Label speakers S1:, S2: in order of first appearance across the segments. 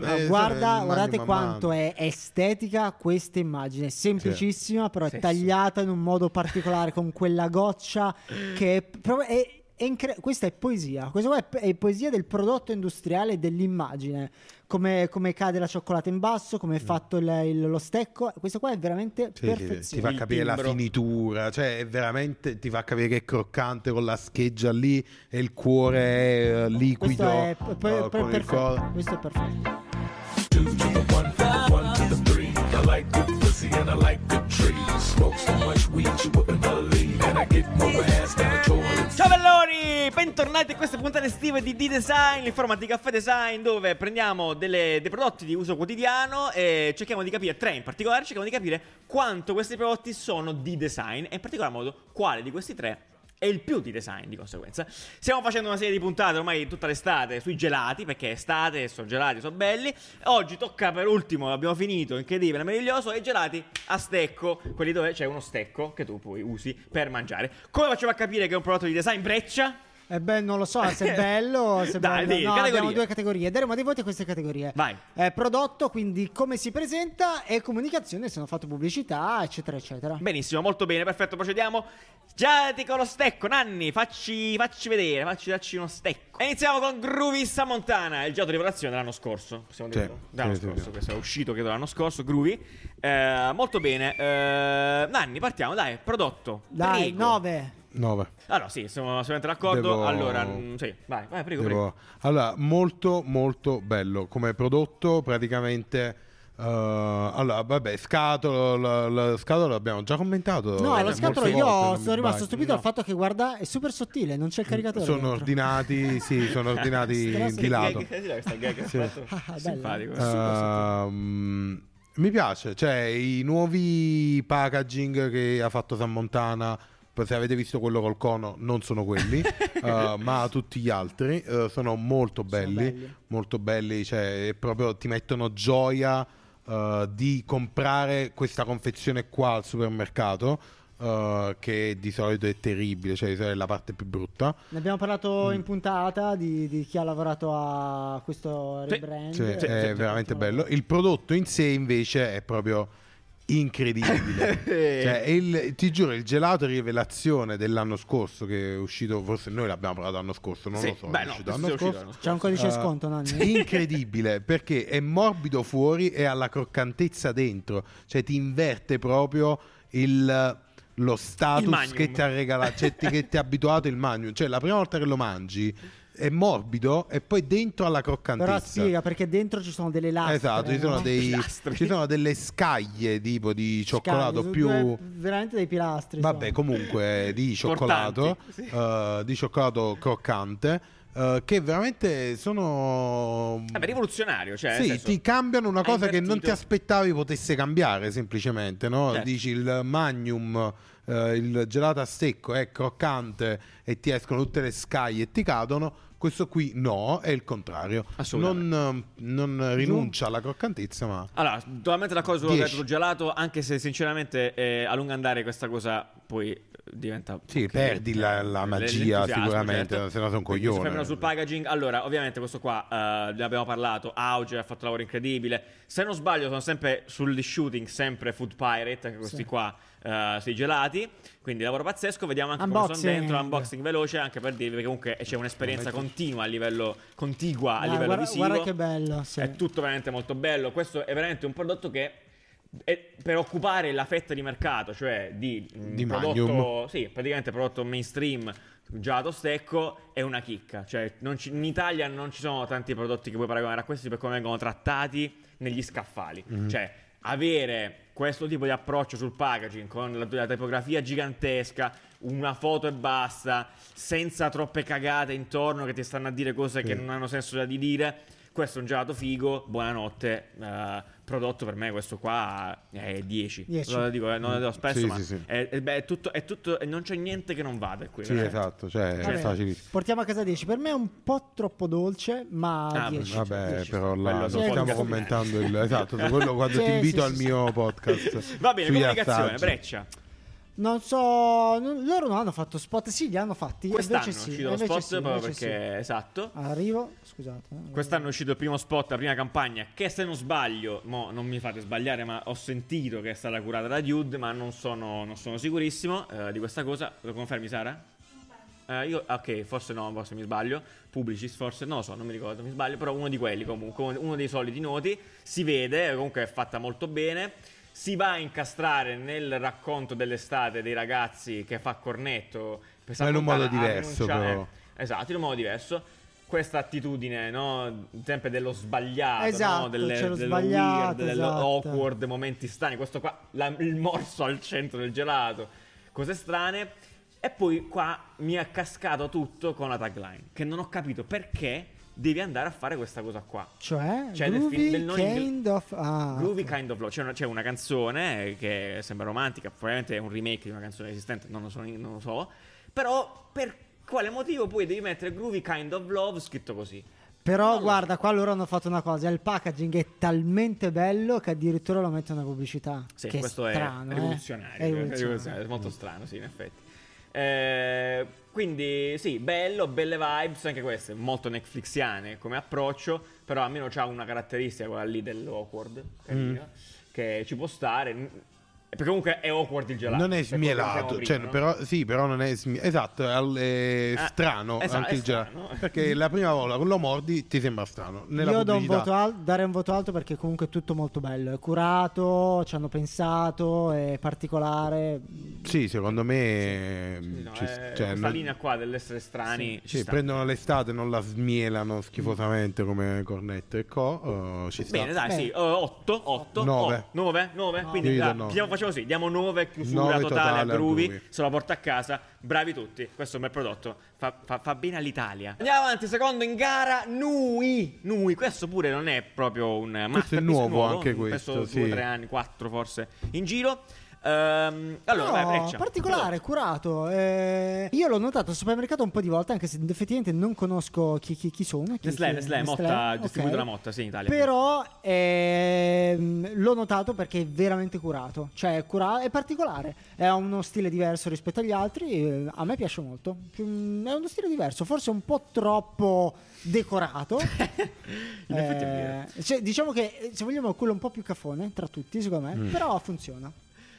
S1: Ma
S2: Eh,
S1: guarda,
S2: sai,
S1: guardate
S2: immagino,
S1: quanto
S2: mamma.
S1: è estetica questa immagine, è semplicissima, però è
S3: Sì, sì.
S1: tagliata in un modo particolare con quella goccia che è, proprio- è- è incre- questa è poesia, questa qua è, è poesia del prodotto industriale e dell'immagine, come, come cade la cioccolata in basso, come è fatto il- il- lo stecco, questa qua è veramente
S2: Mm. Sì, sì, ti
S1: perfezione.
S2: fa
S3: Il
S2: capire la
S3: timbro.
S2: finitura, cioè è veramente ti fa capire che è croccante con la scheggia lì e il cuore è eh,
S1: Questo
S2: liquido.
S1: è, per- per-
S2: eh, con il
S1: perfetto,
S2: cor-
S1: questo è perfetto.
S4: Two to the one, one to the three. I like good pussy and I like good trees. Smoke so much weed you wouldn't believe. And I get more ass than a toilet
S3: Ciao belloni, bentornati a questa puntata estiva di D-Design, l'informatica Caffè Design, dove prendiamo delle- dei prodotti di uso quotidiano e cerchiamo di capire, tre in particolare, cerchiamo di capire quanto questi prodotti sono di design e in particolar modo quale di questi tre è il più di design di conseguenza. Stiamo facendo una serie di puntate ormai tutta l'estate sui gelati, perché è estate, sono gelati, sono belli. Oggi tocca per ultimo, abbiamo finito, incredibile, meraviglioso, i gelati a stecco, quelli dove c'è uno stecco che tu poi usi per mangiare. Come facciamo a capire che è un prodotto di design breccia?
S1: Eh beh, non lo so se è bello se è
S3: Dai,
S1: bello.
S3: dì,
S1: no,
S3: categorie.
S1: abbiamo due categorie. Daremo dei voti a queste categorie.
S3: Vai.
S1: Eh, prodotto, quindi come si presenta e comunicazione, se hanno fatto pubblicità, eccetera, eccetera.
S3: Benissimo, molto bene, perfetto, procediamo. Gelati con lo stecco, Nanni, facci, facci vedere, facci dacci uno stecco. E iniziamo con Groovissa Montana, il gelato di rivelazione dell'anno scorso, possiamo
S2: Sì,
S3: dirlo. Dell'anno
S2: sì, sì,
S3: scorso,
S2: sì.
S3: questo è uscito credo l'anno scorso, Groovy. Eh, molto bene, eh, Nanni, partiamo, dai, prodotto.
S1: Dai,
S3: prego.
S1: 9.
S2: Nove.
S3: Allora, sì, sono assolutamente d'accordo.
S2: Devo-
S3: Allora, mm, sì, vai, vai, prego,
S2: Devo-
S3: prego.
S2: Allora, molto molto bello come prodotto, praticamente eh, allora, vabbè, scatolo, la, la scatola l'abbiamo già commentato.
S1: No, lo
S2: Oh, molte
S1: scatolo io
S2: volte, non mi
S1: sono rimasto
S2: sbaglio.
S1: stupito dal fatto che guarda, è super sottile, non c'è il caricatore.
S2: Sono
S1: dentro.
S2: ordinati, sì, sono ordinati
S1: Strassi-
S2: di lato.
S3: Sì, dai, questa gag che
S2: Sì.
S3: ho fatto.
S1: Ah, bella.
S3: Simpatico.
S1: Eh,
S2: Ehm, mi piace, cioè i nuovi packaging che ha fatto San Montana. poi Se avete visto quello col cono, non sono quelli, eh, ma tutti gli altri eh, sono molto belli,
S1: belli.
S2: molto belli, cioè proprio ti mettono gioia eh, di comprare questa confezione qua al supermercato, eh, che di solito è terribile, cioè di solito è la parte più brutta.
S1: Ne abbiamo
S2: Mm.
S1: parlato in puntata di, di chi ha lavorato a questo
S3: Sì,
S1: rebrand.
S2: Cioè,
S1: Eh,
S2: è veramente bello. Il prodotto in sé, invece, è proprio incredibile. Cioè, il- ti giuro, il gelato rivelazione dell'anno scorso che è uscito, forse noi l'abbiamo provato l'anno scorso, non
S3: Sì,
S2: lo so,
S3: beh,
S2: è
S3: no,
S2: uscito
S3: questo
S2: l'anno
S3: è uscito
S2: scorso.
S3: l'anno scorso.
S1: C'è un codice
S2: Eh,
S1: sconto, Nanni?
S2: incredibile perché è morbido fuori e ha la croccantezza dentro, cioè ti inverte proprio il lo
S3: Il
S2: status
S3: magnum.
S2: che ti ha regalato, cioè ti- che ti ha abituato il magnum, cioè la prima volta che lo mangi è morbido e poi dentro ha la croccantezza.
S1: Però spiega perché dentro ci sono delle lastre.
S2: Esatto, ci sono,
S1: no?
S2: dei,
S3: Pilastri.
S2: ci sono delle scaglie tipo di
S1: Scaglie,
S2: cioccolato
S1: sono
S2: più...
S1: due- veramente dei pilastri.
S2: Vabbè,
S1: insomma.
S2: comunque eh, di cioccolato,
S3: Importanti, sì.
S2: eh, di cioccolato croccante, eh, che veramente sono...
S3: Vabbè, rivoluzionario, cioè. nel
S2: Sì,
S3: senso,
S2: ti cambiano una
S3: ha
S2: cosa che non ti
S3: invertito-
S2: aspettavi potesse cambiare semplicemente, no?
S3: Certo.
S2: Dici il magnum, eh, il gelato a secco è croccante e ti escono tutte le scaglie e ti cadono. Questo qui no, è il contrario.
S3: Assolutamente.
S2: Non, eh, non rinuncia alla croccantezza, ma
S3: Allora, totalmente d'accordo su quello che hai
S2: Dieci.
S3: detto sul gelato, anche se sinceramente eh, a lungo andare questa cosa poi eh, diventa...
S2: Sì,
S3: ok,
S2: perdi la- la
S3: eh,
S2: magia
S3: l'entusiasmo,
S2: sicuramente,
S3: certo.
S2: se no sono un
S3: Quindi Si
S2: coglione.
S3: fermano sul packaging. Allora, ovviamente questo qua eh, ne abbiamo parlato, Auge ha fatto un lavoro incredibile. Se non sbaglio sono sempre sul shooting, sempre Food Pirate, anche questi
S1: Sì.
S3: qua, eh, sui gelati. Quindi lavoro pazzesco, vediamo anche come sono
S1: Unboxing.
S3: dentro, unboxing veloce, anche per dirvi che comunque c'è un'esperienza continua a livello, contigua a
S1: Dai,
S3: livello
S1: guarda,
S3: visivo.
S1: guarda che bello. sì.
S3: È tutto veramente molto bello. Questo è veramente un prodotto che è per occupare la fetta di mercato, cioè di, mm,
S2: Di
S3: prodotto,
S2: Magnum.
S3: sì, praticamente prodotto mainstream gelato stecco è una chicca. Cioè, non ci- in Italia non ci sono tanti prodotti che puoi paragonare a questi per come vengono trattati negli scaffali.
S2: Mm-hmm.
S3: Cioè, avere questo tipo di approccio sul packaging con la, la tipografia gigantesca, una foto e basta, senza troppe cagate intorno che ti stanno a dire cose che
S2: Sì.
S3: non hanno senso da di dire. Questo è un gelato figo, buonanotte. eh, prodotto per me, questo qua è 10.
S1: Dieci.
S3: Lo dico, eh, non lo dico spesso,
S2: Mm. Sì,
S3: ma
S2: sì, sì.
S3: È, è- beh, è tutto, è tutto- non c'è niente che non vada qui.
S2: sì,
S3: veramente.
S2: esatto, cioè
S1: Vabbè,
S2: è facilissimo.
S1: Portiamo a casa 10. Per me è un po' troppo dolce, ma
S3: Ah,
S1: 10.
S2: Vabbè,
S1: Dieci.
S2: però là
S3: Quello
S2: non
S1: sono
S2: stiamo
S1: podcast.
S2: commentando il esatto, su quello quando
S1: Sì,
S2: ti invito
S1: sì,
S2: al
S1: sì,
S2: mio podcast.
S3: Va bene,
S2: sugli
S3: comunicazione,
S2: assaggi.
S3: breccia.
S1: Non so, non- loro non hanno fatto spot, sì, li hanno fatti.
S3: Quest'anno è
S1: invece sì,
S3: uscito lo
S1: invece
S3: spot
S1: sì,
S3: proprio
S1: invece
S3: perché esatto.
S1: sì. Arrivo, scusate. eh.
S3: Quest'anno è uscito il primo spot, la prima campagna, che se non sbaglio, mo non mi fate sbagliare, ma ho sentito che è stata curata da Dude, ma non sono, non sono sicurissimo eh, di questa cosa. Lo confermi Sara? Eh, io, ok, forse no, forse mi sbaglio. Publicis, forse non lo so, non mi ricordo, mi sbaglio. Però uno di quelli, comunque, uno- uno dei soliti noti. Si vede, comunque è fatta molto bene. Si va a incastrare nel racconto dell'estate dei ragazzi che fa cornetto. per
S2: Ma in un
S3: Sant'Antana
S2: modo
S3: a
S2: diverso,
S3: rinunciare-
S2: però.
S3: Esatto, in un modo diverso. Questa attitudine, no? Sempre dello sbagliato,
S1: Esatto,
S3: no? Delle,
S1: c'è lo
S3: dello
S1: sbagliato,
S3: weird, dello
S1: esatto.
S3: awkward, momenti strani. Questo qua, la- il morso al centro del gelato, cose strane. E poi qua mi ha cascato tutto con la tagline, che non ho capito perché devi andare a fare questa cosa qua.
S1: Cioè,
S3: Cioè, nel
S1: Groovy
S3: film- nel non ingl-
S1: Kind of... Ah,
S3: Groovy
S1: ok.
S3: Kind of Love. C'è una, c'è una canzone che sembra romantica, probabilmente è un remake di una canzone esistente, non lo so. Non lo so. Però per quale motivo poi devi mettere Groovy Kind of Love scritto così?
S1: Però
S3: Non lo
S1: guarda, qua loro hanno fatto una cosa, il packaging è talmente bello che addirittura lo mettono una pubblicità.
S3: Sì,
S1: che
S3: questo
S1: strano,
S3: è
S1: eh.
S3: rivoluzionario.
S1: È
S3: È
S1: rivoluzionario.
S3: rivoluzionario, è molto strano, sì, in effetti. Eh, quindi sì, bello, belle vibes, anche queste, molto Netflixiane come approccio, però almeno c'ha una caratteristica quella lì dell'awkward, carina,
S2: Mm.
S3: che ci può stare. n- Perché comunque è awkward il gelato.
S2: Non è
S3: per quello che
S2: smielato,
S3: dicevamo
S2: cioè,
S3: Ecco, prima, no?
S2: però, sì, però non è smi- Esatto, è, al- è
S3: Ah,
S2: strano
S3: esatto,
S2: anche
S3: è
S2: il gelato.
S3: strano.
S2: Perché la prima volta lo mordi ti sembra strano. Nella
S1: Io do un
S2: pubblicità-
S1: voto al- darei un voto alto perché comunque è tutto molto bello, è curato, ci hanno pensato, è particolare.
S2: Sì, secondo me...
S3: Sì, no,
S2: ci-
S3: eh,
S2: cioè,
S3: questa
S2: non-
S3: linea qua dell'essere strani ci
S2: sì,
S3: sta.
S2: prendono l'estate, non la smielano schifosamente come Cornetto e Co. eh, ci sta.
S3: Bene, dai,
S1: Bene.
S3: sì, 8, 8,
S2: Nove.
S3: 9, 9, 9, quindi
S2: Io gli do
S3: dai,
S2: nove.
S3: diamo- facciamo così, diamo 9 chiusura
S2: Nove
S3: totale,
S2: totale
S3: a
S2: a
S3: Groovy,
S2: Groovy.
S3: se la porta a casa, bravi tutti, questo è un bel prodotto, fa, fa- fa bene all'Italia. Andiamo avanti, secondo in gara, Nui, Nui, questo pure non è proprio un masterpiece
S2: nuovo anche questo,
S3: penso 2-3
S2: sì.
S3: anni, 4 forse, in giro. Ehm, allora,
S1: No,
S3: vai, Breccia,
S1: particolare, curato. eh, io l'ho notato al supermercato un po' di volte, anche se effettivamente non conosco chi, chi- chi sono. Chi,
S3: Nestlé,
S1: chi-
S3: Nestlé, Motta, distribuito dalla Motta, sì, in Italia.
S1: Però ehm, l'ho notato perché è veramente curato. Cioè, è, cura- è particolare. Ha uno stile diverso rispetto agli altri. eh, a me piace molto. Mm, È uno stile diverso, forse un po' troppo decorato.
S3: In effetti è vero.
S1: Eh, cioè, diciamo che eh, se vogliamo quello un po' più cafone tra tutti, secondo me, però funziona.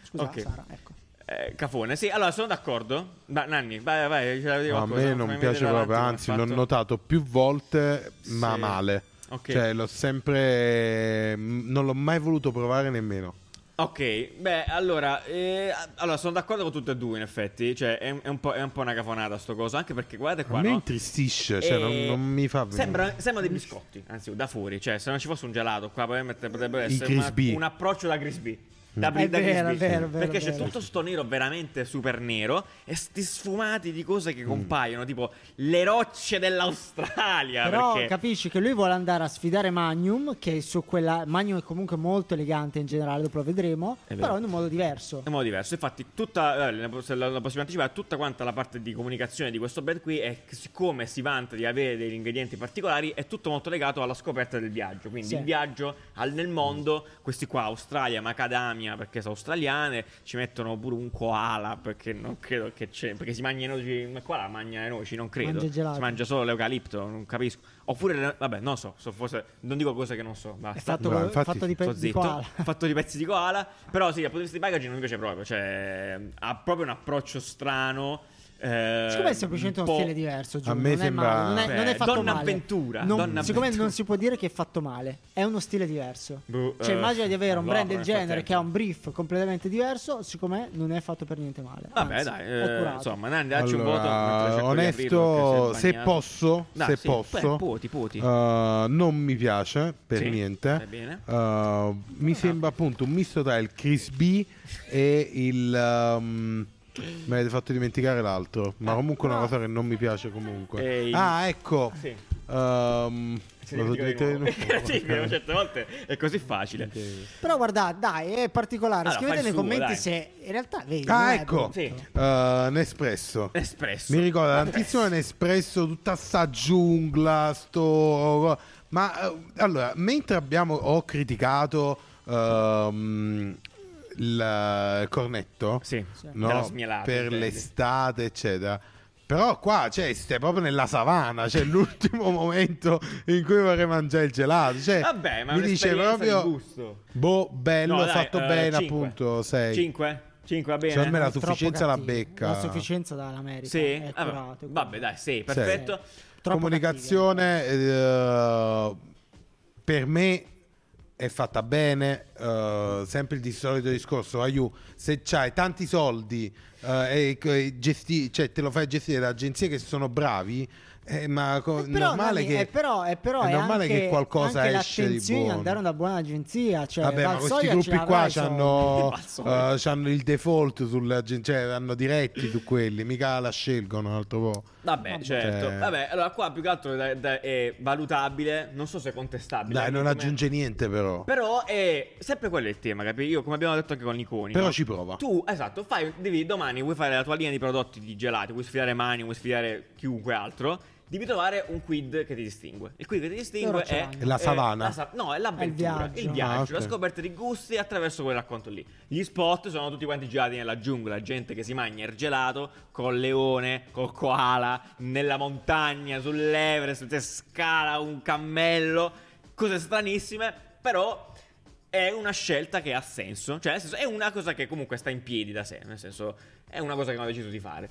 S1: Scusa,
S3: Mm. Ok.
S1: Sara, ecco.
S3: Eh, Cafone, sì, allora sono d'accordo. Ma, Nanni, vai, vai, ce la devo
S2: a
S3: qualcosa,
S2: me
S3: fammi
S2: non piace
S3: vedere
S2: proprio,
S3: avanti
S2: anzi
S3: come ha
S2: l'ho
S3: fatto.
S2: notato più volte, ma
S3: Sì.
S2: male.
S3: Ok.
S2: Cioè, l'ho sempre... mm, non l'ho mai voluto provare nemmeno.
S3: Ok, beh, allora, eh, allora sono d'accordo con tutte e due, in effetti. Cioè, è, un- è un, po', è un po' una cafonata sto coso, anche perché guardate qua,
S2: a me
S3: no?
S2: intristisce, cioè,
S3: Eh,
S2: non, non mi fa venire.
S3: sembra, sembra dei biscotti, anzi, da fuori. Cioè, se non ci fosse un gelato qua, probabilmente potrebbe
S2: I Mm.
S3: essere una-
S2: Crispy.
S3: un approccio da crispy. Da,
S1: È
S3: da
S1: vero,
S3: Crispy.
S1: è vero, è vero,
S3: perché
S1: è
S3: c'è
S1: vero.
S3: tutto sto nero veramente super nero e sti sfumati di cose
S2: Mm.
S3: che compaiono, tipo le rocce dell'Australia.
S1: Però
S3: perché...
S1: capisci che lui vuole andare a sfidare Magnum, che su quella... Magnum è comunque molto elegante in generale, dopo lo vedremo,
S3: È vero.
S1: però in un modo diverso.
S3: in modo diverso. Infatti, tutta eh, ne- se la, la possiamo anticipare, tutta quanta la parte di comunicazione di questo brand qui è che siccome si vanta di avere degli ingredienti particolari, è tutto molto legato alla scoperta del viaggio. Quindi
S1: Sì.
S3: il viaggio al- nel mondo, questi qua, Australia, Macadamia, perché sono australiane, ci mettono pure un koala, perché non credo che c'è, perché si mangia i noci, ma koala mangia le noci, non credo.
S1: Mangia il
S3: Si
S1: gelato.
S3: mangia solo l'eucalipto, non capisco. Oppure, le- vabbè, non so, so forse, non dico cose che non so,
S1: È
S3: basta.
S1: fatto,
S2: Ma
S1: co-
S2: infatti
S1: fatto di
S3: Eh, Sto
S1: pezzi di
S3: zitto,
S1: koala.
S3: fatto di pezzi di koala. Però sì, dal punto di vista di packaging non mi piace proprio. Cioè, ha proprio un approccio strano. eh,
S1: Secondo me è semplicemente
S3: un
S1: uno
S3: po'-
S1: stile diverso. Giulio,
S2: A me
S1: non
S2: sembra-
S1: È male, non, è, non è
S3: Beh,
S1: fatto
S3: Donna
S1: male.
S3: Avventura,
S1: Non-
S3: Donna
S1: siccome
S3: Avventura.
S1: non si può dire che è fatto male, è uno stile diverso.
S3: Boh,
S1: cioè,
S3: eh,
S1: immagina di avere un
S3: lo
S1: brand
S3: apro
S1: del
S3: nel
S1: genere
S3: frattempo.
S1: che ha un brief completamente diverso. Siccome non è fatto per niente male.
S3: Vabbè,
S1: Anzi,
S3: dai,
S1: è
S3: eh,
S1: curato.
S3: insomma, Nandi, dacci un voto. mentre
S2: Allora,
S3: cerco di aprirlo,
S2: onesto,
S3: che sei
S2: se
S3: bagnato.
S2: posso,
S3: Dai,
S2: se
S3: sì,
S2: posso
S3: beh, puti, puti.
S2: eh, non mi piace per
S3: Sì,
S2: niente.
S3: va bene.
S2: Eh, mi sembra appunto un misto tra il crispy e il. ehm, mi avete fatto dimenticare l'altro, ma comunque è una cosa che non mi piace comunque.
S3: Ah. Ehi.
S2: Ah, ecco.
S3: Sì.
S2: Ehm,
S3: Sì,
S2: lo so
S3: dico di
S2: dire
S3: nuovo.
S2: di nuovo?
S3: Sì, però certe volte è così facile.
S1: Però guarda, dai, è particolare.
S3: Allora,
S1: Scrivete
S3: fai
S1: nei
S3: il suo,
S1: commenti
S3: dai.
S1: se in realtà vedi. non
S2: Ah,
S1: è
S2: ecco.
S1: brutto.
S3: Sì.
S2: Eh, Nespresso.
S3: Espresso.
S2: Mi ricorda tantissimo Nespresso, tutta sta giungla, sto... Ma eh, allora, mentre abbiamo, ho criticato ehm, il eh, cornetto
S3: Sì,
S1: Sì.
S2: no?
S3: della smielata,
S2: per
S3: intendi.
S2: l'estate, eccetera. Però qua, cioè, stai proprio nella savana, c'è l'ultimo momento in cui vorrei mangiare il gelato. Cioè,
S3: Vabbè, ma è
S2: mi dice
S3: un'esperienza
S2: proprio,
S3: di gusto.
S2: boh, bello,
S3: No, dai,
S2: fatto
S3: eh,
S2: bene,
S3: cinque.
S2: appunto, 6.
S3: 5? 5 va bene.
S2: Secondo me la
S1: Troppo
S2: sufficienza la
S1: cattivi.
S2: becca.
S1: La sufficienza dall'America.
S3: Sì,
S1: È
S3: Ah,
S1: curato, quindi.
S3: vabbè, dai, sì,
S2: Sì.
S3: perfetto.
S1: Troppo
S2: Comunicazione eh, per me è fatta bene. eh, sempre il di- solito discorso, Aiu, se c'hai tanti soldi eh, e, e gesti- cioè, te lo fai gestire da agenzie che sono bravi. eh, ma co-
S1: Eh, però,
S2: normale
S1: Nanni,
S2: che,
S1: eh, però, eh, però
S2: è
S1: è
S2: normale
S1: anche-
S2: che qualcosa
S1: anche
S2: esce di
S1: l'attenzione
S2: buono.
S1: andare a una buona agenzia. Cioè,
S2: Vabbè, ma
S1: Valsoia
S2: questi
S1: ce cioè,
S2: gruppi qua
S1: l'avrai,
S2: c'hanno,
S3: Valsoia.
S2: eh, c'hanno il default, sulla, cioè hanno diretti su quelli, mica la scelgono un altro po'.
S3: Vabbè,
S1: Vabbè.
S3: certo.
S2: Cioè-
S3: Vabbè, allora qua più che altro da- da- è valutabile, non so se è contestabile.
S2: Dai, non
S3: come-
S2: aggiunge niente però.
S3: Però è sempre quello è il tema, capi? Io come abbiamo detto anche con Niconi.
S2: Però
S3: no?
S2: ci prova.
S3: Tu, esatto, fai, devi, domani vuoi fare la tua linea di prodotti di gelati, vuoi sfidare Mani, vuoi sfidare chiunque altro, devi trovare un quid che ti distingue. Il quid che ti distingue
S1: Loro ce
S3: è...
S1: l'hanno.
S2: La
S3: eh,
S2: savana.
S3: la sa- no, è l'avventura,
S1: È il
S3: il viaggio,
S1: viaggio.
S2: Ah, ok.
S3: la scoperta di gusti attraverso quel racconto lì. Gli spot sono tutti quanti girati nella giungla, gente che si mangia il gelato col leone, col koala, nella montagna, sull'Everest, te scala un cammello, cose stranissime, però è una scelta che ha senso, cioè nel senso è una cosa che comunque sta in piedi da sé, nel senso è una cosa che hanno deciso di fare.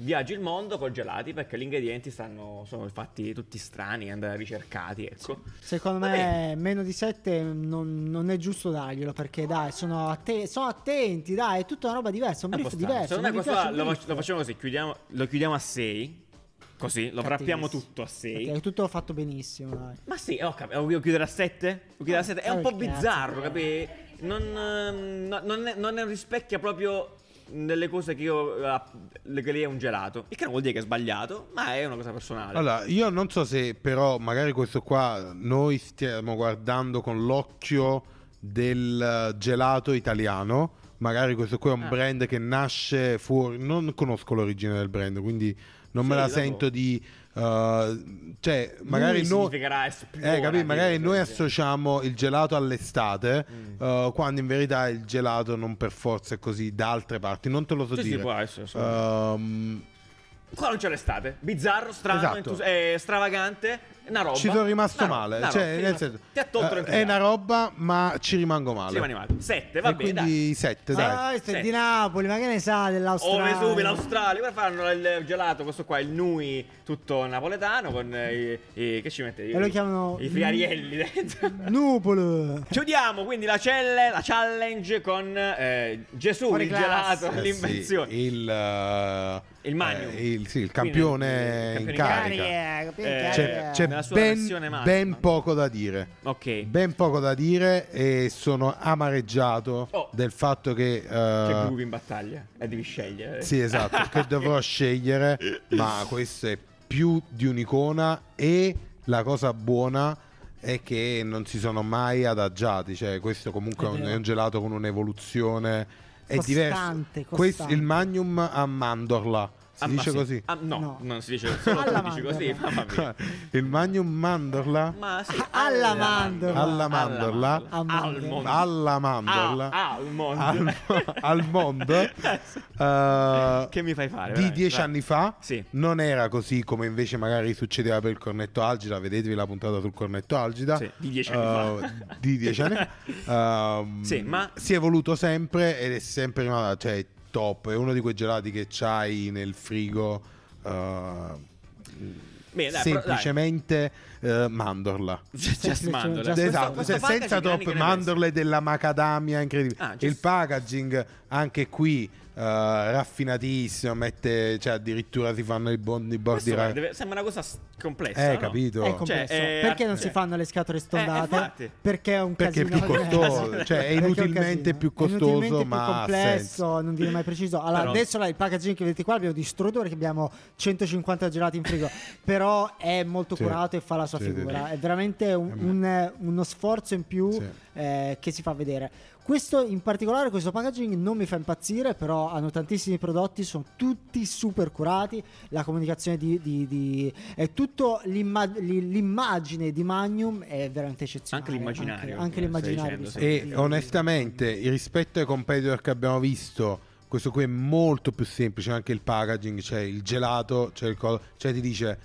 S3: Viaggi il mondo col gelati perché gli ingredienti stanno, sono fatti tutti strani, andare ricercati, ecco.
S1: Secondo
S3: Va
S1: me meno di 7 non, non è giusto darglielo perché dai, sono, atte- sono attenti, dai, è tutta una roba diversa, un
S3: È
S1: brief
S3: abbastanza.
S1: diverso.
S3: Secondo me
S1: non mi
S3: questo qua
S1: piace
S3: lo,
S1: il
S3: fac-
S1: brief.
S3: lo facciamo così, chiudiamo, lo chiudiamo a 6. Così, lo wrappiamo tutto a 6.
S1: Cattivissimo. È tutto fatto benissimo, dai.
S3: Ma sì, eh, ho capito, voglio chiudere a 7? Chiudere a 7? È un po'
S1: cavolo, Eh, che
S3: bizzarro, capi? Non, ehm, no- non, è- non è- rispecchia proprio delle cose che io... eh, le- che lei è un gelato. Il che non vuol dire che è sbagliato, ma è una cosa personale.
S2: Allora, io non so se però magari questo qua noi stiamo guardando con l'occhio del gelato italiano, magari questo qua è un
S3: Ah.
S2: brand che nasce fuori, non conosco l'origine del brand, quindi non me
S3: Sì,
S2: la
S3: dopo.
S2: sento di... eh, cioè, magari
S3: Lui
S2: noi...
S3: significherà esplora,
S2: Eh, capì?
S3: tipo,
S2: Magari noi
S3: così.
S2: associamo il gelato all'estate,
S3: Mm.
S2: eh, quando in verità il gelato non per forza è così da altre parti, non te lo so
S3: Sì, sì,
S2: dire.
S3: può essere, sì.
S2: Ehm,
S3: Qua non c'è l'estate. Bizzarro, strano,
S2: Esatto.
S3: entus- eh, stravagante. Una roba.
S2: Ci sono rimasto
S3: Una roba,
S2: male.
S3: una roba,
S2: cioè,
S3: ti è
S2: nel
S3: rimasto-
S2: senso,
S3: Ti ha tolto
S2: eh,
S3: il
S2: è una roba, ma ci rimango male.
S3: Ci rimane male. 7, va
S2: e
S3: bene. dai.
S2: quindi 7, dai.
S1: Ah, questo è
S3: Sì.
S1: di Napoli, ma che ne sa
S3: O
S1: dell'Australia?
S3: Vesuvio, Oh, l'Australia, ora fanno il gelato, questo qua, il Nui, tutto napoletano, con eh, i, i- che ci mette?
S1: E lo chiamano
S3: I friarielli dentro.
S1: Nupolo.
S3: Chiudiamo quindi la, celle- la challenge con eh, Gesù,
S1: Fuori
S3: il
S1: classe.
S3: gelato,
S2: Eh,
S3: l'invenzione.
S2: sì, il, eh,
S3: Il magnum.
S2: eh, il, sì, il
S3: Quindi,
S2: campione
S3: il campione
S2: in
S3: in
S2: carica.
S1: Carica,
S3: Eh,
S2: C'è,
S1: carica.
S2: c'è
S3: Nella sua versione
S2: ben,
S3: massima.
S2: ben poco da dire.
S3: Ok.
S2: Ben poco da dire e sono amareggiato
S3: Oh.
S2: del fatto che... eh,
S3: C'è Groove in battaglia e devi scegliere.
S2: Sì, esatto, che dovrò scegliere, ma questo è più di un'icona e la cosa buona è che non si sono mai adagiati, cioè questo comunque è
S1: È
S2: un,
S1: vero.
S2: è un gelato con un'evoluzione è
S1: Costante,
S2: diverso.
S1: costante.
S2: Questo- il Magnum a mandorla, si
S3: Ah, ma
S2: dice
S3: sì.
S2: così.
S3: Ah, no,
S1: No.
S3: non si dice solo tu
S1: Alla
S3: dici
S1: mandorla.
S3: così, mamma mia.
S2: il Magnum mandorla
S3: Ma sì,
S1: Ah, alla mandorla.
S2: Alla mandorla.
S1: A mandorla.
S3: Al mondo.
S2: alla mandorla.
S3: Ah, al mondo.
S2: Al, al mondo eh,
S3: Che mi fai fare,
S2: di
S3: veramente,
S2: dieci
S3: vai.
S2: anni fa
S3: Sì.
S2: non era così come invece magari succedeva per il cornetto algida vedetevi la puntata sul cornetto algida
S3: Sì, di dieci anni
S2: eh,
S3: fa.
S2: di dieci anni fa. Ehm,
S3: Sì, ma-
S2: si è evoluto sempre ed è sempre rimasto cioè top è uno di quei gelati che c'hai nel frigo eh,
S3: Bene, dai, però- dai.
S2: semplicemente eh, mandorla
S3: Just, just mandorla.
S1: Just-
S2: esatto,
S1: questo
S2: se- senza
S3: packaging,
S2: troppe
S3: che ne pensi?
S2: mandorle della macadamia incredibile.
S3: Ah, giusto.
S2: il packaging anche qui eh, raffinatissimo, mette, cioè addirittura si fanno i bondi i bordi
S3: Questo
S2: ra-
S3: deve- sembra una cosa s- complessa.
S2: Eh,
S3: no?
S2: capito.
S1: È complesso.
S3: Cioè, eh,
S1: perché non
S3: eh.
S1: si fanno le scatole stondate?
S3: infatti.
S1: perché è un
S2: Perché è
S1: casino.
S2: più costoso,
S1: Eh,
S2: cioè, è
S1: perché un
S2: inutilmente
S1: casino.
S2: più
S1: È inutilmente
S2: costoso,
S1: più
S2: ma ha senso.
S1: complesso, non viene mai preciso. Allora,
S3: Però-
S1: adesso là, il packaging che vedete qua l'abbiamo distrutto perché abbiamo 150 gelati in frigo, però è molto
S2: Sì.
S1: curato e fa la sua
S2: Sì, sì,
S1: figura.
S2: sì.
S1: È veramente un-
S2: Eh,
S1: un- uno sforzo in più
S2: Sì.
S1: eh, che si fa vedere. Questo in particolare, questo packaging non mi fa impazzire, però hanno tantissimi prodotti, sono tutti super curati. La comunicazione di. di, di- è tutto l'imma- l'i- l'immagine di Magnum è veramente eccezionale.
S3: Anche
S1: Anche,
S3: l'immaginario, come
S1: anche
S3: stai
S1: l'immaginario.
S3: dicendo,
S1: di-
S2: E
S1: di-
S2: onestamente, rispetto ai competitor che abbiamo visto, questo qui è molto più semplice. Anche il packaging, c'è il gelato, c'è il coso. Cioè, ti dice: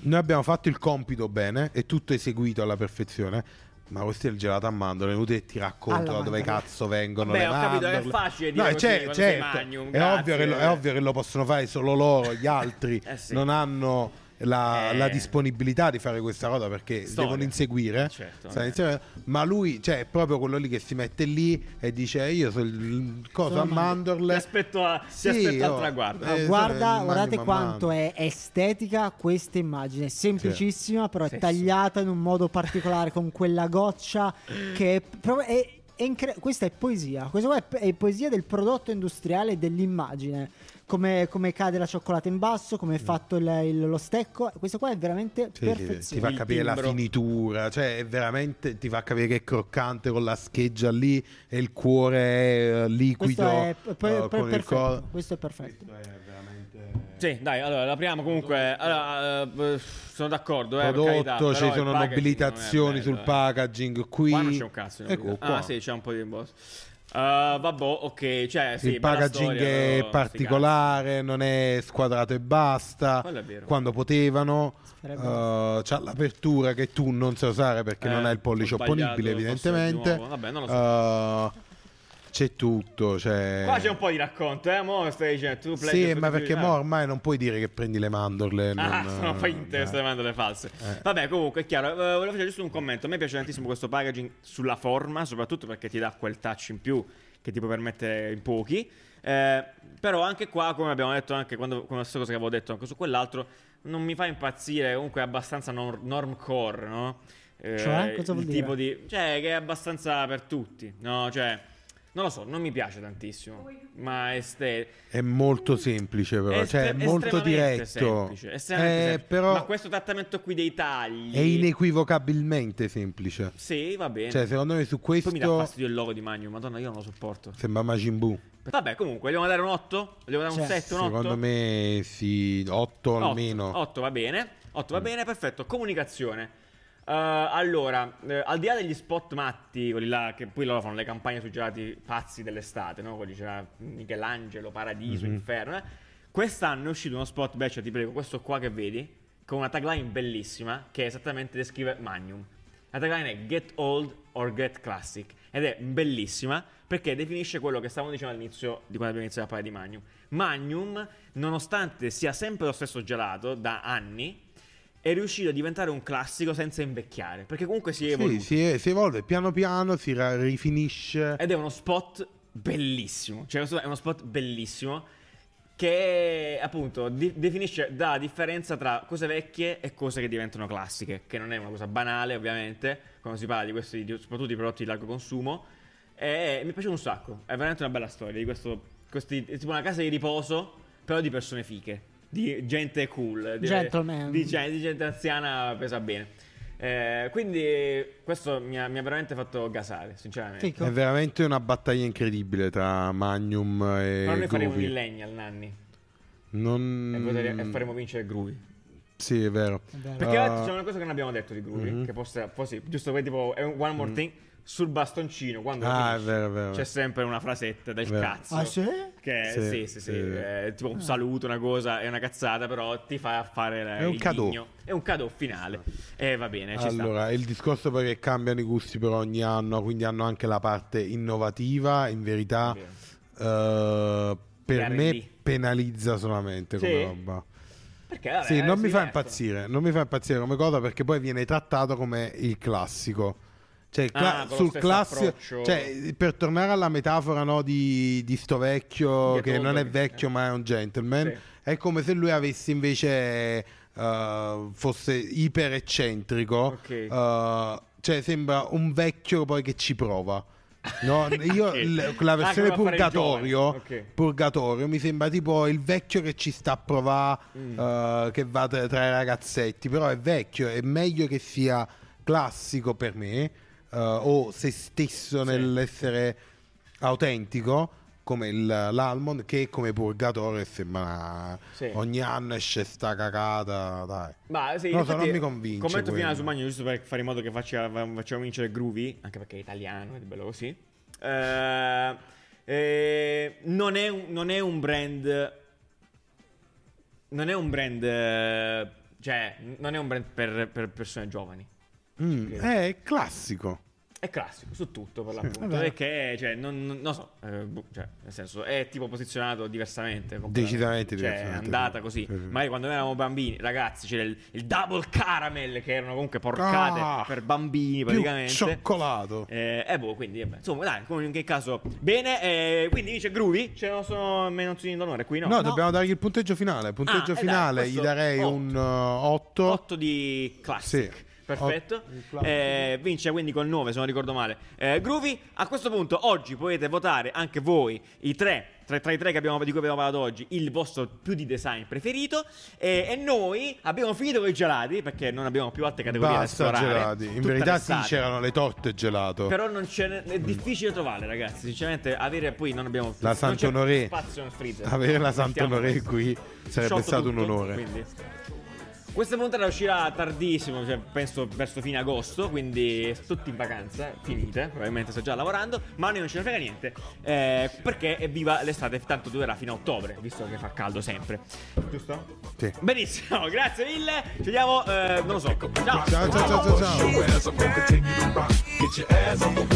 S2: Noi abbiamo fatto il compito bene, è tutto eseguito alla perfezione. Ma questo è il gelato a mandorle, è inutile che ti racconto
S1: Alla
S2: da dove
S1: mandorla.
S2: cazzo vengono
S3: Vabbè,
S2: le
S3: ho capito, è
S2: mandorle.
S3: facile dire
S2: No,
S3: così
S2: c'è-
S3: quando sei
S2: certo.
S3: Magnum,
S2: è, ovvio che lo,
S3: grazie.
S2: è ovvio che lo possono fare solo loro, gli altri
S3: Eh sì.
S2: non hanno la,
S3: Eh.
S2: la disponibilità di fare questa cosa perché
S3: Storia.
S2: devono inseguire.
S3: Certo,
S2: Stanno
S3: eh.
S2: inseguendo. Ma lui, cioè, è proprio quello lì che si mette lì e dice: eh, Io sono il coso
S1: Sono
S2: a
S1: Magnum.
S3: Ti
S2: mandorle.
S3: aspetto, a, ti
S2: Sì,
S3: aspetto al
S2: oh.
S3: traguardo.
S1: Ah,
S2: Eh,
S1: guarda,
S2: sono-
S1: guardate
S2: immagino,
S1: quanto
S2: mamma.
S1: è estetica questa immagine, è semplicissima, però è
S3: Sì, sì.
S1: tagliata in un modo particolare con quella goccia che però è, è incre- questa è poesia, questa qua è, è poesia del prodotto industriale e dell'immagine. Come, come cade la cioccolata in basso, come è fatto il- il- lo stecco, questo qua è veramente
S2: Mm. Sì, sì, sì, ti
S1: perfezione.
S2: fa
S3: Il
S2: capire la
S3: timbro.
S2: finitura, cioè è veramente ti fa capire che è croccante con la scheggia lì e il cuore è eh, liquido.
S1: questo, è, p- p-
S2: eh, con il
S1: perfetto,
S2: coso.
S1: questo è perfetto.
S2: Questo è veramente
S3: Sì, dai, allora la prima comunque. allora, eh, eh, sono d'accordo. eh, per
S2: prodotto,
S3: carità,
S2: ci
S3: però il
S2: sono
S3: packaging non
S2: nobilitazioni
S3: è
S2: sul
S3: bello, eh.
S2: packaging qui.
S3: Qua non c'è un cazzo. di
S2: Ecco
S3: novità.
S2: qua.
S3: Ah, sì, c'è un po' di boss. Ah, vabbè, ok, cioè, sì,
S2: il
S3: bella
S2: packaging
S3: storia,
S2: è
S3: però, sti
S2: particolare, non è squadrato e basta.
S3: Quello è vero.
S2: Quando potevano,
S1: Sarebbe-
S2: eh, c'ha l'apertura che tu non sai usare perché
S3: Eh,
S2: non hai il pollice
S3: ho sbagliato,
S2: opponibile,
S3: posso
S2: evidentemente.
S3: di nuovo? Vabbè, non lo
S2: Eh, c'è tutto. Cioè...
S3: cazzi. Qua c'è un po' di racconto, eh? Mo stai dicendo tu play
S2: Sì,
S3: just
S2: ma
S3: to
S2: perché
S3: do-
S2: mo
S3: ah.
S2: ormai non puoi dire che prendi le mandorle.
S3: Ah,
S2: non-
S3: sono fai in testa
S2: eh.
S3: le mandorle false.
S2: Eh.
S3: Vabbè, comunque è chiaro. Eh, volevo fare giusto un commento. A me piace tantissimo questo packaging sulla forma, soprattutto perché ti dà quel touch in più che ti può permettere in pochi. Eh, però anche qua, come abbiamo detto anche quando, con la stessa cosa che avevo detto anche su quell'altro, non mi fa impazzire. Comunque è abbastanza nor- normcore, no? Eh,
S1: Cioè? Cosa vuol
S3: il
S1: dire?
S3: tipo di. Cioè, che è abbastanza per tutti, no? Cioè, non lo so, non mi piace tantissimo. Ma è ste-
S2: È molto semplice, però.
S3: è
S2: cioè, è
S3: estre-
S2: molto
S3: estremamente
S2: diretto.
S3: semplice, estremamente
S2: Eh,
S3: semplice.
S2: Però
S3: Ma questo trattamento qui dei tagli.
S2: è inequivocabilmente semplice.
S3: Sì, va bene.
S2: Cioè, secondo me su
S3: Poi mi dà
S2: questo
S3: fastidio il logo di Magnum, madonna, io non lo sopporto.
S2: sembra Majin Buu.
S3: Vabbè, comunque, vogliamo dare un 8? Vogliamo dare un
S1: Cioè,
S3: 7, un 8?
S2: Secondo me sì, 8 almeno.
S3: 8 va bene, 8 va bene, perfetto. Comunicazione. Eh, allora, eh, al di là degli spot matti, quelli là che poi loro fanno le campagne sui gelati pazzi dell'estate, no? Quelli c'era Michelangelo, Paradiso, Inferno. eh. Quest'anno è uscito uno spot, beh, cioè, ti prego, questo qua che vedi, con una tagline bellissima che esattamente descrive Magnum. La tagline è Get Old or Get Classic ed è bellissima perché definisce quello che stavamo dicendo all'inizio di quando abbiamo iniziato a parlare di Magnum. Magnum, nonostante sia sempre lo stesso gelato da anni, è riuscito a diventare un classico senza invecchiare perché comunque si è
S2: Sì,
S3: evoluto
S2: si, si evolve piano piano, si ra- rifinisce.
S3: ed è uno spot bellissimo. Cioè, questo è uno spot bellissimo che appunto di- definisce dà la differenza tra cose vecchie e cose che diventano classiche, che non è una cosa banale, ovviamente, quando si parla di questi di- soprattutto di prodotti di largo consumo. E mi piace un sacco, è veramente una bella storia di questo questi è tipo una casa di riposo, però di persone fiche, di gente cool, di,
S1: Gentleman.
S3: di gente, di gente anziana pesa bene. Eh, quindi questo mi ha, mi ha veramente fatto gasare, sinceramente.
S1: Fico.
S2: È veramente una battaglia incredibile tra Magnum
S3: Però
S2: e
S3: noi faremo
S2: Eh, Groovy. Mm.
S3: millennial, Nanni.
S2: Non...
S3: E, votare- e faremo vincere Groovy.
S2: Sì, è vero.
S1: È vero.
S3: Perché
S2: Eh,
S3: ragazzi, c'è una cosa che non abbiamo detto di Groovy.
S2: Mm-hmm.
S3: Che forse, forse giusto per tipo è un one more thing. Sul bastoncino, quando lo
S2: Mm. Ah, è
S3: finisci,
S2: vero, è vero.
S3: c'è sempre una frasetta del
S2: Vero.
S3: cazzo.
S1: Ah, sì? Ah.
S3: Che sì,
S2: Sì,
S3: sì, sì,
S2: sì.
S3: eh, tipo un saluto, una cosa, è una cazzata, però ti fa fare la-
S2: È un
S3: il
S2: cadeau.
S3: ghigno. È un cadeau finale. E va bene, eh, ci sta.
S2: Allora, il discorso poi è che cambiano i gusti per ogni anno, quindi hanno anche la parte innovativa, in verità eh, per
S3: Di
S2: me
S3: R&B.
S2: penalizza solamente come
S3: Sì?
S2: roba.
S3: Perché vabbè,
S2: Sì,
S3: eh,
S2: non
S3: si
S2: mi fa
S3: divertono.
S2: impazzire, non mi fa impazzire come cosa perché poi viene trattato come il classico. Cioè, il cla-
S3: Ah, con lo
S2: sul
S3: stesso
S2: classico,
S3: approccio.
S2: cioè, per tornare alla metafora no, di, di sto vecchio
S3: Get
S2: che
S3: old,
S2: non è
S3: che-
S2: vecchio
S3: eh.
S2: ma è un gentleman,
S3: Sì.
S2: è come se lui avesse invece eh, fosse iper eccentrico,
S3: Ok.
S2: eh, cioè sembra un vecchio poi che ci prova. No, io
S3: Ok.
S2: l- la versione
S3: Ah, che voleva fare il
S2: purgatorio,
S3: giovane. Ok.
S2: purgatorio mi sembra tipo il vecchio che ci sta a provare,
S3: Mm.
S2: eh, che va tra, tra i ragazzetti, però è vecchio, è meglio che sia classico per me, eh, o se stesso nell'essere autentico, come il- l'Almond, che come purgatorio sembra
S3: Sì.
S2: ogni anno esce sta cagata, dai.
S3: Ma sì,
S2: Non so,
S3: infatti,
S2: non mi convince
S3: Commento finale
S2: quello.
S3: su Magno, giusto per fare in modo che faccia, facciamo vincere Groovy, anche perché è italiano, è bello così. Eh, eh, non, è, un- non è un brand. Non è un brand. eh, Cioè, non è un brand per, per persone giovani.
S2: Mm, è classico.
S3: È classico su tutto per l'appunto.
S1: vero.
S3: Perché, cioè, non, non- non so, eh, boh, cioè, nel senso, è tipo posizionato diversamente. completamente.
S2: Decisamente
S3: Cioè, è
S2: diversamente,
S3: andata
S2: sì.
S3: così.
S2: Sì, sì.
S3: Magari quando noi eravamo bambini, ragazzi, c'era il, il double caramel, che erano comunque porcate
S2: Ah,
S3: per bambini
S2: più
S3: praticamente.
S2: cioccolato.
S3: Eh, eh, boh, quindi, vabbè. insomma, dai, comunque in che caso, bene. eh, quindi dice Groovy, ce ne sono meno d'onore qui, no?
S2: No, dobbiamo dargli il punteggio finale. Punteggio
S3: eh, dai,
S2: finale
S3: questo
S2: gli darei
S3: otto.
S2: un eh, 8.
S3: 8 di classic.
S2: Sì.
S3: Perfetto,
S2: Otto di classic.
S3: Eh, vince quindi col 9 se non ricordo male. Eh, Groovy, a questo punto oggi potete votare anche voi i tre, tra, tra i tre che abbiamo, di cui abbiamo parlato oggi, il vostro più di design preferito. Eh, e noi abbiamo finito con i gelati perché non abbiamo più altre categorie da
S2: Basta
S3: esplorare.
S2: gelati. In
S3: Tutta
S2: verità sì,
S3: l'estate.
S2: c'erano le torte gelato.
S3: Però non c'è, è difficile trovarle ragazzi, sinceramente avere poi non abbiamo
S2: La
S3: non c'è
S2: Sant'Onore.
S3: spazio nel freezer.
S2: Avere la
S3: Mettiamo
S2: Sant'Onore
S3: questo
S2: qui sarebbe
S3: sciolto
S2: stato un
S3: tutto,
S2: onore.
S3: quindi. Questa puntata uscirà tardissimo, cioè, penso verso fine agosto, quindi tutti in vacanza, eh, finite, probabilmente sto già lavorando, ma a noi non ce ne frega niente, eh, perché evviva l'estate, tanto durerà fino a ottobre, visto che fa caldo sempre. Giusto?
S2: Sì.
S3: Benissimo, grazie mille, ci vediamo, eh, non lo so, ciao!
S2: Ciao, ciao, ciao, ciao, ciao.
S4: Show ass, I'm gonna continue to rock. Get your ass on the wall.